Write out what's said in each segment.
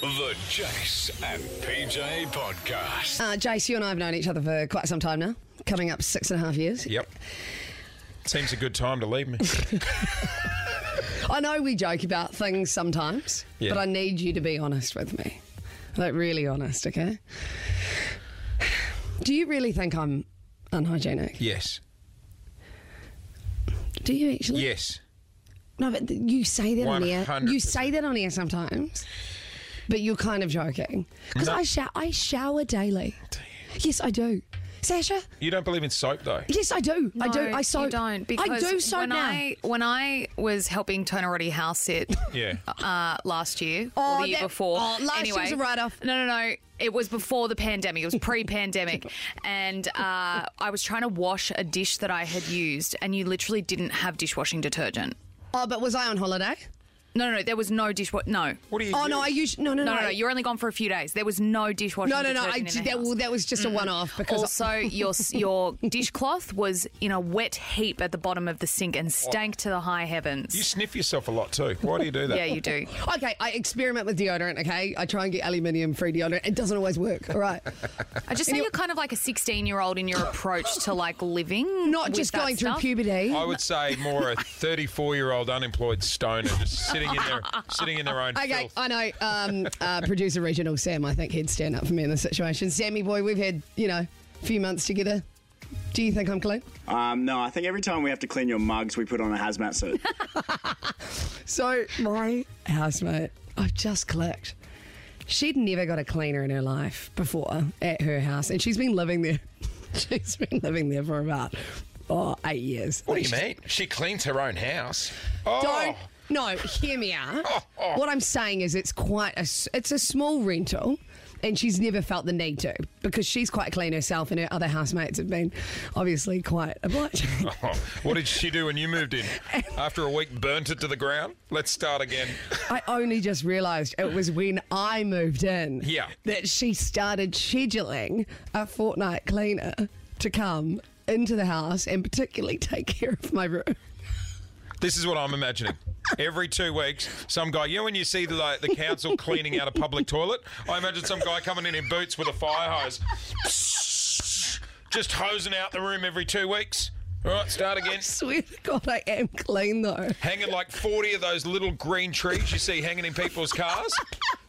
The Jace and PJ Podcast. Uh, Jace, you and I have known each other for quite some time now, coming up six and a half years. Yep. Seems a good time to leave me. I know we joke about things sometimes, Yeah. but I need you to be honest with me. Like, really honest, okay? Do you really think I'm unhygienic? yes. Do you actually? Yes. No, but th- you say that on air. 100%. You say that on air sometimes, but you're kind of joking. Because No. I, shou- I shower daily. Yes, I do. Sasha? You don't believe in soap, though. Yes, I do. I do. No, I soap. You don't because I do soap when now. I when I was helping Tonerati house it Yeah. uh, last year Oh, or the year that- before. oh, last year anyway, was a write-off. No, no, no. It was before the pandemic. It was pre-pandemic, and uh, I was trying to wash a dish that I had used, and you literally didn't have dishwashing detergent. oh, but was I on holiday? No, no, no there was no dishwash. No. What do you Oh, no, use? I usually. No, no, No, no. no, no, you're only gone for a few days. There was no dishwashing. No, no, no. detergent I, in the that, house. Mm-hmm. well, that was just a one-off because also, your your dishcloth was in a wet heap at the bottom of the sink and stank to the high heavens. You sniff yourself a lot, too. Why do you do that? yeah, you do. Okay, I experiment with deodorant. Okay, I try and get aluminium free deodorant. It doesn't always work. All right, I just think you're kind of like a 16 year old in your approach to like living. not with just that going stuff. through puberty. I would say more a 34 year old unemployed stoner just sitting in their, sitting in their own Okay, filth. I know. Um, uh, producer Reginald Sam, I think he'd stand up for me in this situation. Sammy boy, we've had you know a few months together. Do you think I'm clean? Um, no, I think every time we have to clean your mugs, we put on a hazmat suit. So my housemate, I've just clicked. She'd never got a cleaner in her life before at her house, and she's been living there. she's been living there for about oh eight years. What do you mean? She cleans her own house. Oh. Don't. No, hear me out. What I'm saying is, it's quite a s- it's a small rental, and she's never felt the need to because she's quite clean herself, and her other housemates have been obviously quite obliging. Oh, What did she do when you moved in? After a week, burnt it to the ground? Let's start again. I only just realised it was when I moved in, Yeah. that she started scheduling a fortnight cleaner to come into the house and particularly take care of my room. This is what I'm imagining. Every two weeks, some guy. You know when you see the like, the council cleaning out a public toilet, I imagine some guy coming in in boots with a fire hose, just hosing out the room every two weeks. All right, start again. Swear to God, I am clean though. Hanging like 40 of those little green trees you see hanging in people's cars.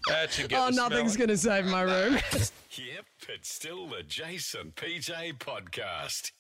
That should get Oh, the smell. nothing's going to save my room. Yep, it's still the Jace and PJ Podcast.